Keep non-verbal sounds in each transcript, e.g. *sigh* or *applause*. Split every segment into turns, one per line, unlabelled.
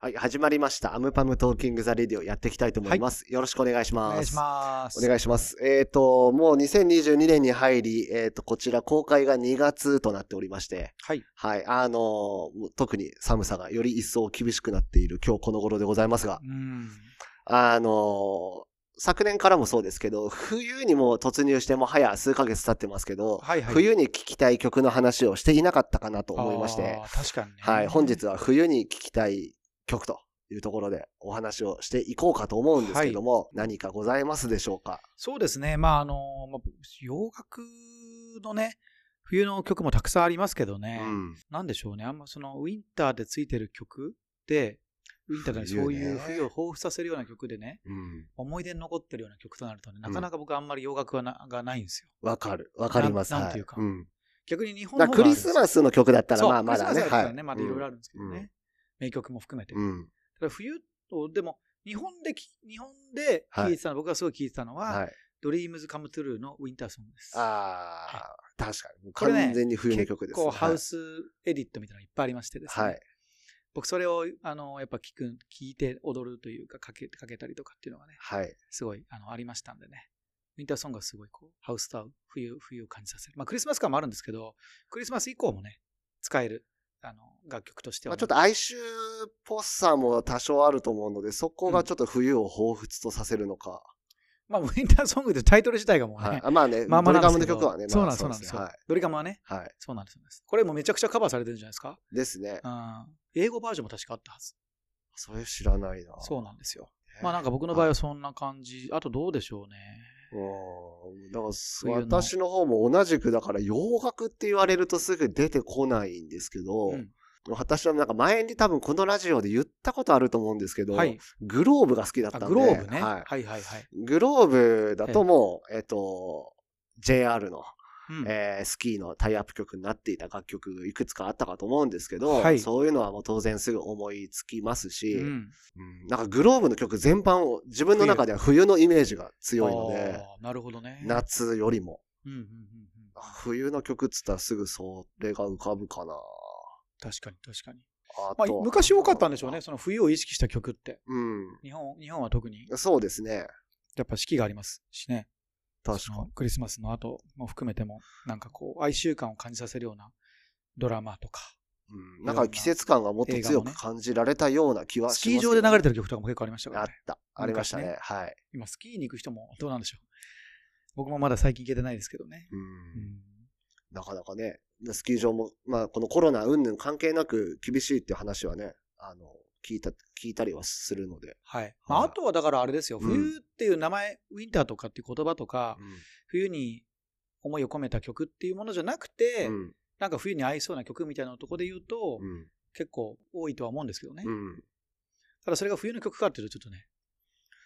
はい、始まりました。アムパムトーキングザレディオやっていきたいと思います。よろしくお願いし
お
ます。
願いします。
お願いします。えっ、と、もう2022年に入り、えっ、と、こちら公開が2月となっておりまして、
はい。
はい、あのーもう特に寒さがより一層厳しくなっている今日この頃でございますが
う、ん。
あのー昨年からもそうですけど、冬にもう突入してもう早数ヶ月経ってますけど、
はいはい。
冬に聞きたい曲の話をしていなかったかなと思いまして
あ、ー。確かにね。
はい、本日は冬に聞きたい曲というところでお話をしていこうかと思うんですけども、何かございますでしょうか
そうですね。まあ、あの、まあ洋楽のね、冬の曲もたくさんありますけどね。
うん
なんでしょうね。あんまその、ウィンターでついてる曲で、ウィンターでそう
冬
いう
ね
冬を彷彿させるような曲でね、
うん。
思い出に残ってるような曲となるとね、なかなか僕あんまり洋楽はながないんですよ。
わかる。わかります。
なん
は
なんていうか
ん
逆に日本
だ
の方
か
が
らクリ
あるんです
スマスの曲だったら、
そう
まあまだ
クリ
ね。
スマスだった
は
らね、まだいろいろあるんですけどね。
うん
名曲も含めて。
うん。
ただ冬をでも日本でき日本で聞いてたの、僕がすごい聞いてたのは、
はい。
ドリームズカムトゥルーのウィンターソングです。
あー、確かに。
これね
完全に冬の曲ですね。
結構ハウ
ス。
スエディットみたいなのいっぱいありましてですね。
はい。
僕それをあのやっぱ聞く聞いて踊るというかかけかけたりとかっていうのがね
はい。
すごいあのありましたんでね。ウィンターソングはすごいこうハウスタウン冬冬を感じさせる。まあクリスマス感もあるんですけどクリスマス以降もね使えるあの楽曲として
ま
は
あ
ね、
ちょっと哀愁っぽさも多少あると思うので、そこがちょっと冬を彷彿とさせるのか。
まあウィンターソングってタイトル自体がもうね、
はい。あまあね、
*laughs* まあまあ
ド
な
リカ
ん
ム
で
の
すけど
曲はね、
そうな
ま
んで
あ
すそうなんです
ね
よ、
は
ドリカムはね
い。はい。
そうなんですそうなんですこれもめちゃくちゃカバーされてるんじゃないですか、
ですね。
うん、英語バージョンも確かあったはず
それ知らないな。
そう
ね。
なんですよまあなんか僕の場合はそんな感じあとどうでしょうね
うん。だからす
冬の
私の方も同じく、だから洋楽って言われるとすぐ出てこないんですけど、
うん
私はなんか前に多分このラジオで言ったことあると思うんですけど、
はい
グローブが好きだったん
あ
で。
グローブね、
は
はい、はいはいはい
い。グローブだともう、えっと、JR の、
うん
えースキーのタイアップ曲になっていた楽曲いくつかあったかと思うんですけど、
はい
そういうのはもう当然すぐ思いつきますし、
うん
うんなんかグローブの曲全般を自分の中では冬のイメージが強いので、
あーなるほどね
夏よりも
うんうんうんうん
冬の曲っつったらすぐそれが浮かぶかな。
確かに確かに、
あ
まあ、
と
昔多かったんでしょうね。その冬を意識した曲って
うん。
日本日本は特に
そうですね。
やっぱ四季がありますしね
確
そ
か
のクリスマスの後も含めても、なんかこう、哀愁感を感じさせるようなドラマとか、
うんなんか季節感がもっと強く感じられたような気は
ス
し
キー
ます
場で流れ
て
てる曲とかも結構ありましたか
あ
ら
っ
ね。
た。ありましたね。はい。
今、スキーに行く人もどうなんでしょう。僕もまだ最近行けてないですけどね。
う。
うんん
なかなかね、スキー場も、まあ、このコロナ云々関係なく厳しいっていう話はね、あの、聞いた、聞いたりはするので。
はい。まあ、
は
あ
い
とはだからあれですよ、
うん
冬っていう名前、ウィンターとかっていう言葉とか、冬に思いを込めた曲っていうものじゃなくて、
うん。
なんか冬に合いそうな曲みたいなとこで言うと、
うん。
結構多いとは思うんですけどね。
うん。
ただそれが冬の曲かっていうとちょっとね、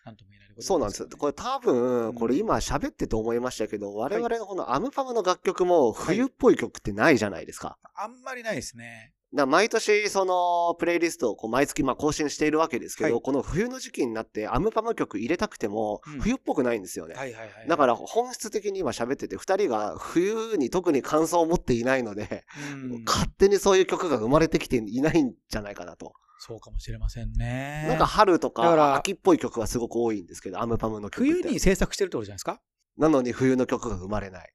なんとも言えないこと
そうなんですよ。これ多分、これ今喋ってて思いましたけど、我々のこのアムパムの楽曲も冬っぽい曲ってないじゃないですか。
あんまりないですね。
だから毎年、その、プレイリストをこう毎月まあ更新しているわけですけど、
はい
この冬の時期になってアムパム曲入れたくても
うん、
冬っぽくないんですよね。
はいはいはい。
だから本質的に今喋ってて、二人が冬に特に感想を持っていないので、
うん
勝手にそういう曲が生まれてきていないんじゃないかなと。
そうかもしれませんね。
なんか春と
だから
か秋っぽい曲がすごく多いんですけど、アムパムの曲って。
冬に制作してるってことじゃないですか
なのに冬の曲が生まれない。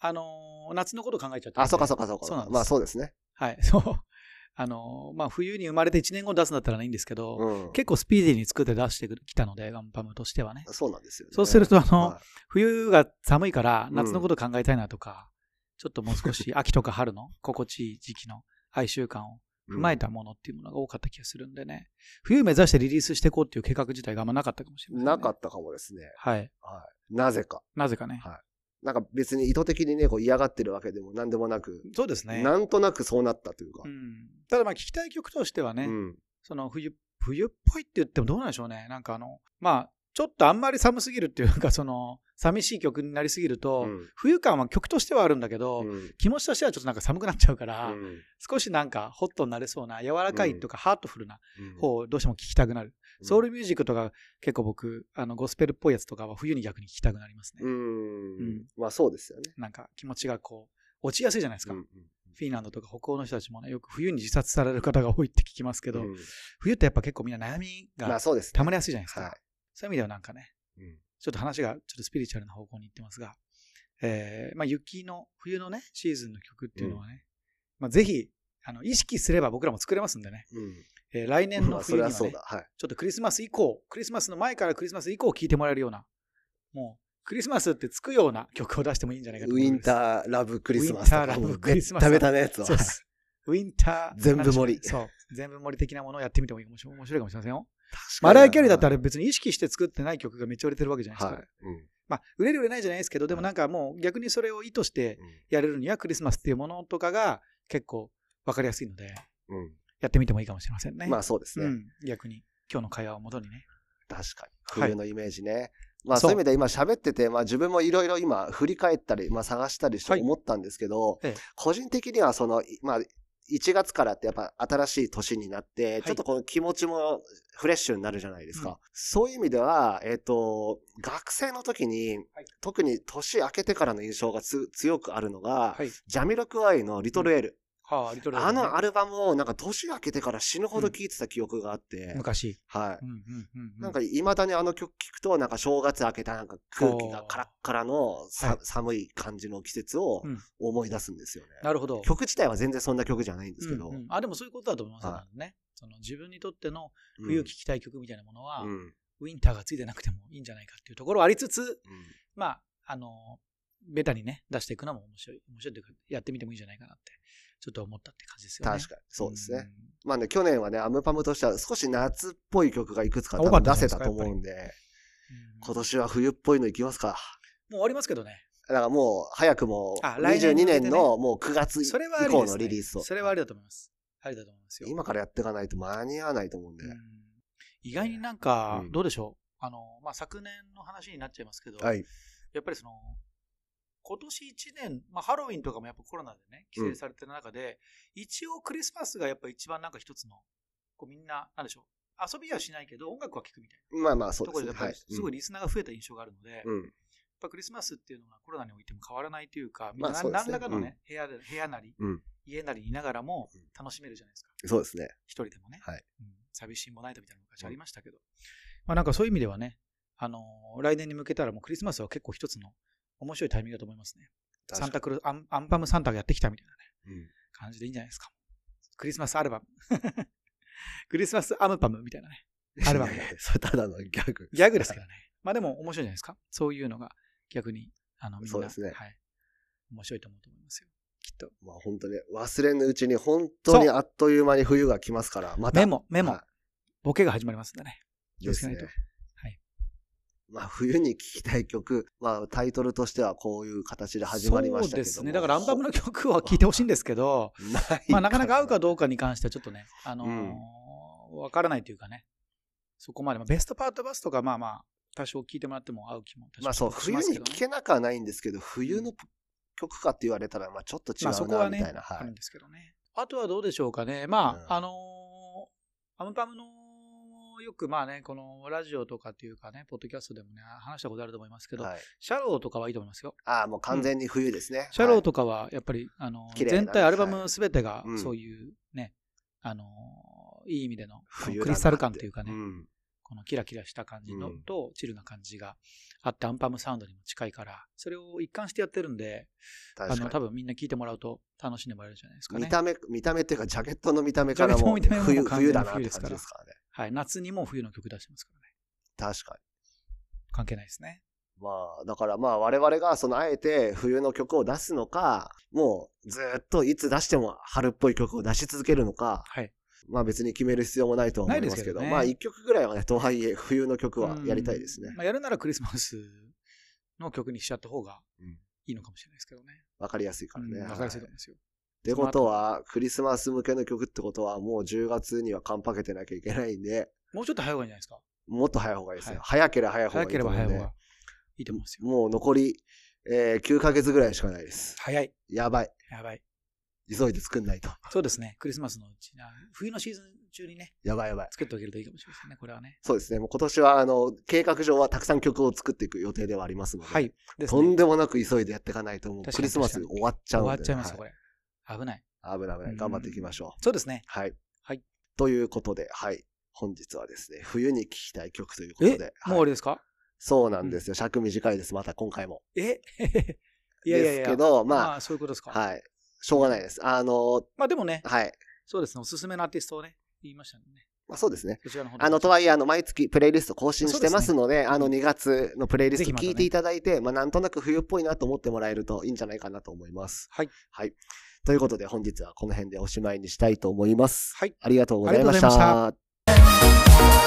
あのー夏のこと考えちゃってるんで。
あ、そうかそうかそうか。
そうなんです
まあそうですね。
はい、そう。 *laughs* あのーまあ、冬に生まれて1年後に出すんだったらいいんですけど、
うん。
結構スピーディーに作って出してきたので、ガンパムとしてはね。
そうなんですよね。
そうするとあの
はい
冬が寒いから、
うん
夏のこと考えたいなとか、ちょっともう少し秋とか春の心地いい時期の哀愁感を踏まえたものっていうものが多かった気がするんでね、冬目指してリリースしていこうっていう計画自体があんまなかったかもしれない、
なか
った。
ったかもですね。
はい。
はい。なぜか。
なぜかね。
はなんか別に意図的にね、こう嫌がってるわけでも何でもなく、
そうですね。
なんとなくそうなったというか
う。ん、ただまあ聞きたい曲としてはね、
うん。
その冬冬っぽいって言ってもどうなんでしょうねなんかあのまあちょっとあんまり寒すぎるっていうかその寂しい曲になりすぎると、
うん
冬感は曲としてはあるんだけ
う
ど、
ん
気持ちとしてはちょっとなんか寒くなっちゃうから、
うん
少しなんかホットになれそうな柔らかいとかハートフルな
うん
方をどうしても聴きたくなる、
うん
ソウルミュージックとか結構僕あのゴスペルっぽいやつとかは冬に逆に聴きたくなりますね、
う
うんん。
まあそうですよね。
なんか気持ちがこう落ちやすいじゃないですか、
うんうん
フィンランドとか北欧の人たちもね、よく冬に自殺される方が多いって聞きますけど、
うん
冬ってやっぱ結構みんな悩み
まあ
が
そうです、
溜まりやすいじゃないですか。
は
そういう意味ではなんかね、
い。うん
ちょっと話がちょっとスピリチュアルな方向に行ってますが、えーまあ、雪の、冬のね、シーズンの曲っていうのはね、まあ、ぜひ、あの、意識すれば僕らも作れますんでね、えー来年
うん。ま
の
あそ
冬
れ
には
は
ね、
そうだ。はい。
ちょっとクリスマス以降、クリスマスの前からクリスマス以降聴いてもらえるような、もう、クリスマスってつくような曲を出してもいいんじゃないかと
ウ
思い
ィ
ま
ン
す。
ターラブクリスマス。
ウィンターラブクリスマス
食べたねやつを。
そうです。ウィンター。
全部盛り
そう。全部盛り的なものをやってみてもいいかもし面白いかもしれませんよ。
*laughs* 確かに
マライア・キャリーだってあれ別に意識して作ってない曲がめっちゃ売れてるわけじゃないですか。
はい。うん
まあ、売れる売れないじゃないですけど、でもなんかもう逆にそれを意図してやれるにはクリスマスっていうものとかが結構わかりやすいので、
うん。
やってみてもいいかもしれませんね。
まあそうです
う
ね。
ん、逆に今日の会話をもとにね。
確かに。
はい
冬のイメージね。まあそ
そ
うういう意味で今喋ってて、まあ自分もいろいろ今振り返ったり、まあ探したりして
はい
思ったんですけど
ええ、
個人的にはその、いまあ1月からってやっぱ新しい年になって、
い
ちょっとこの気持ちもフレッシュになるじゃないですか。そういう意味では、えっと、学生の時に
はい、
特に年明けてからの印象がつ強くあるのが、
はい。
ジャミロクワイのリトルエール。
はあ、リトルエー
あ
ルね
のアルバムをなんか年明けてから死ぬほど聴いてた記憶があって、
昔。
はい。
うんうんうんうん
なんか未だにあの曲聴くとなんか正月明けたなんか空気がカラッカラのさ、
はい
寒い感じの季節を
うん
思い出すんですよね。
なるほど。
曲自体は全然そんな曲じゃないんですけど。
うんうんあ、でもそういうことだと思いますよ
は
ね。その自分にとっての
うん
冬聴きたい曲みたいなものは、
うん
ウィンターがついてなくてもいいんじゃないかっていうところはありつつ、
うん
まあ、あの、ベタにね、出していくのも面白い、面白いというか、やってみてもいいんじゃないかなって、ちょっと思ったって感じですよね。
確かに。そうですね。
ん。
まあね、去年はね、アムパムとしては少し夏っぽい曲がいくつか多
多かっ
分
た
出
じゃ
せた
ないですか
と思うんで、
うん
今年は冬っぽいのいきますか。
もう終わりますけどね。
だからもう、早くも、
あ来年に
22
向けて
年
ね
のもう9月以
それはありです、ね。
降のリリースを。
それはありだと思います。ありだと思いますよ。
今からやっていかないと間に合わないと思うんで。
うん意外になんか
う、ん
どうでしょう。あの、まあ、昨年の話になっちゃいますけど、
はい。
やっぱりその、今年1年、まあ、ハロウィンとかもやっぱコロナでね、規制されてる中で、一応クリスマスがやっぱ一番なんか一つの、こうみんな、なんでしょう、遊びはしないけど音楽は聴くみたい
まあまあ、そ
な
う
と
ですね。
ころで、やっぱ
はい。
りすごいリスナーが増えた印象があるので、やっ
うん。うん。
ぱクリスマスっていうのがコロナにおいても変わらないというか、みん
まあ
な
そうです
何
ね
らかのね、部屋で、部屋なり
うん、
家なりにいながらも楽しめるじゃないですか。
そうですね。
一人でもね、
はい
うん寂しいもないとみたいなの昔ありましたけど、まあ、なんかそういう意味ではね、あのー来年に向けたらもうクリスマスは結構一つの面白いタイミングだと思いますね。サンタクルアン、アンパムサンタがやってきたみたいなね、
うん
感じでいいんじゃないですか。クリスマスアルバム。 *laughs* クリスマスアムパムみたいなね。アルバムが
*laughs* それただのギャグ。
ギャグですけどね。まあでも面白いじゃないですか。そういうのが逆に、あの、みんな、
そうですね
はい。面白いと思うと思いますよ。きっと。
まあ本当ね、忘れぬうちに本当にあっという間に冬が来ますから、また。
メモ、メモ
は、
ボケが始まりますんでね。
い。
気を
で
つ
す
けない
ね
と。。はい。
まあ冬に聴きたい曲、まあタイトルとしてはこういう形で始まりましたけども。
そうですね。だからアンパムの曲は聴いてほしいんですけど、
ないら
まあ、なかなか合うかどうかに関してはちょっとね、あのーわからないというかね、そこまで、まあ、ベストパートバスとか、まあまあ、多少聞いてもらっても合う気も多少
まあそう、
し
冬
ますけ
に
ど
聴
ね。
けなくはないんですけど、冬の曲かって言われたら、まあちょっと違う
まあ、そこは
な、み
ね、
たいな。
あ
は
る
い
ん。ですけどね。あとはどうでしょうかね。ま
う
あ、
ん
あのーアムパムの、よくまあね、このラジオとかっていうかね、ポッドキャストでもね、話したことあると思いますけど、
はい、
シャローとかはいいと思いますよ。
ああ、もう完全に冬ですね。
シャロー
と、
とかはやっぱり、あの
綺麗な
全体アルバム
は
すべてが
うん
そういうね、あのいい意味でのこ
冬だなって
のクリスタル感というかね、
うん
このキラキラした感じの、
うん
とチルな感じがあってアンパムサウンドにも近いからそれを一貫してやってるんであ
確か
の
に
多分みんな聞いてもらうと楽しんでもらえるんじゃないですかね
見、た目、見た目っていうか、ジャケットの見た目からも
ジャケットの見た目
冬、
も完全
冬
に
だなっ
冬
て
です
感
から
じですからね。
はい、夏にも冬の曲出してますからね
確か
関係ないですね
に。まあ、だからまあ、我々が、その、あえて冬の曲を出すのか、もう、ずっといつ出しても春っぽい曲を出し続けるのか、
はい
まあ別に決める必要もないとは思いますけど、
ないですけどね
まあ一曲ぐらいはね、とはいえ、冬の曲はやりたいですね
うん。まあ、やるならクリスマスの曲にしちゃった方がいいのかもしれないですけどね
わかりやすいからね。
うんわかりやすいと思いますよ、
ってことは、クリスマス向けの曲ってことは、もう10月にはカンパケてなきゃいけないんで、
もうちょっと早い方がいいんじゃないですか
もっと早い方がいいですよ。
はい
早ければ早い方が
早
いい
けれ
と
ば
思うん
早
で。
い方がいいと思うんですよ。
もう残り、えー9ヶ月ぐらいしかないです。
早い。
やばい。
やばい。
急いで作んないと。
そうですね。クリスマスのうちに、あ冬のシーズン中にね、
やばいやばい。
作っておけるといいかもしれませんね。これはね。
そうですね。もう今年は、あの、計画上はたくさん曲を作っていく予定ではありますので。
はい。です
とん
ね。
でもなく急いでやっていかないと、もう
確
ク
かに
リスマス終わっちゃうんで。
終わっちゃいますよ、
は
これ。危ない。
危ない危ない。頑張っていきましょう。
そうですね。
はい。
はい。
ということで、はい。本日はですね、冬に聴きたい曲ということで。
もう
は
終わ
い
りですか
そうなんですよ。尺短いです。また今回も。
え *laughs* いやいやいや。
ですけど、
ま
ま
あ、そういうことです
あ、
か。
はい。しょうがないです。あの、
まあでもね、
はい。
そうですね、おすすめのアーティストをね、言いましたんでね。
まあそうですね。
そちらの方で
あの、とはいえ、あの、毎月プレイリスト更新してますので、あの、2月のプレイリス
ぜひ
ト
またね
聞いていただいて、まあ、なんとなく冬っぽいなと思ってもらえるといいんじゃないかなと思います。
はい。
はい。ということで、本日はこの辺でおしまいにしたいと思います。
はい。
ありがとうございま
ありがとうござい
した。
ま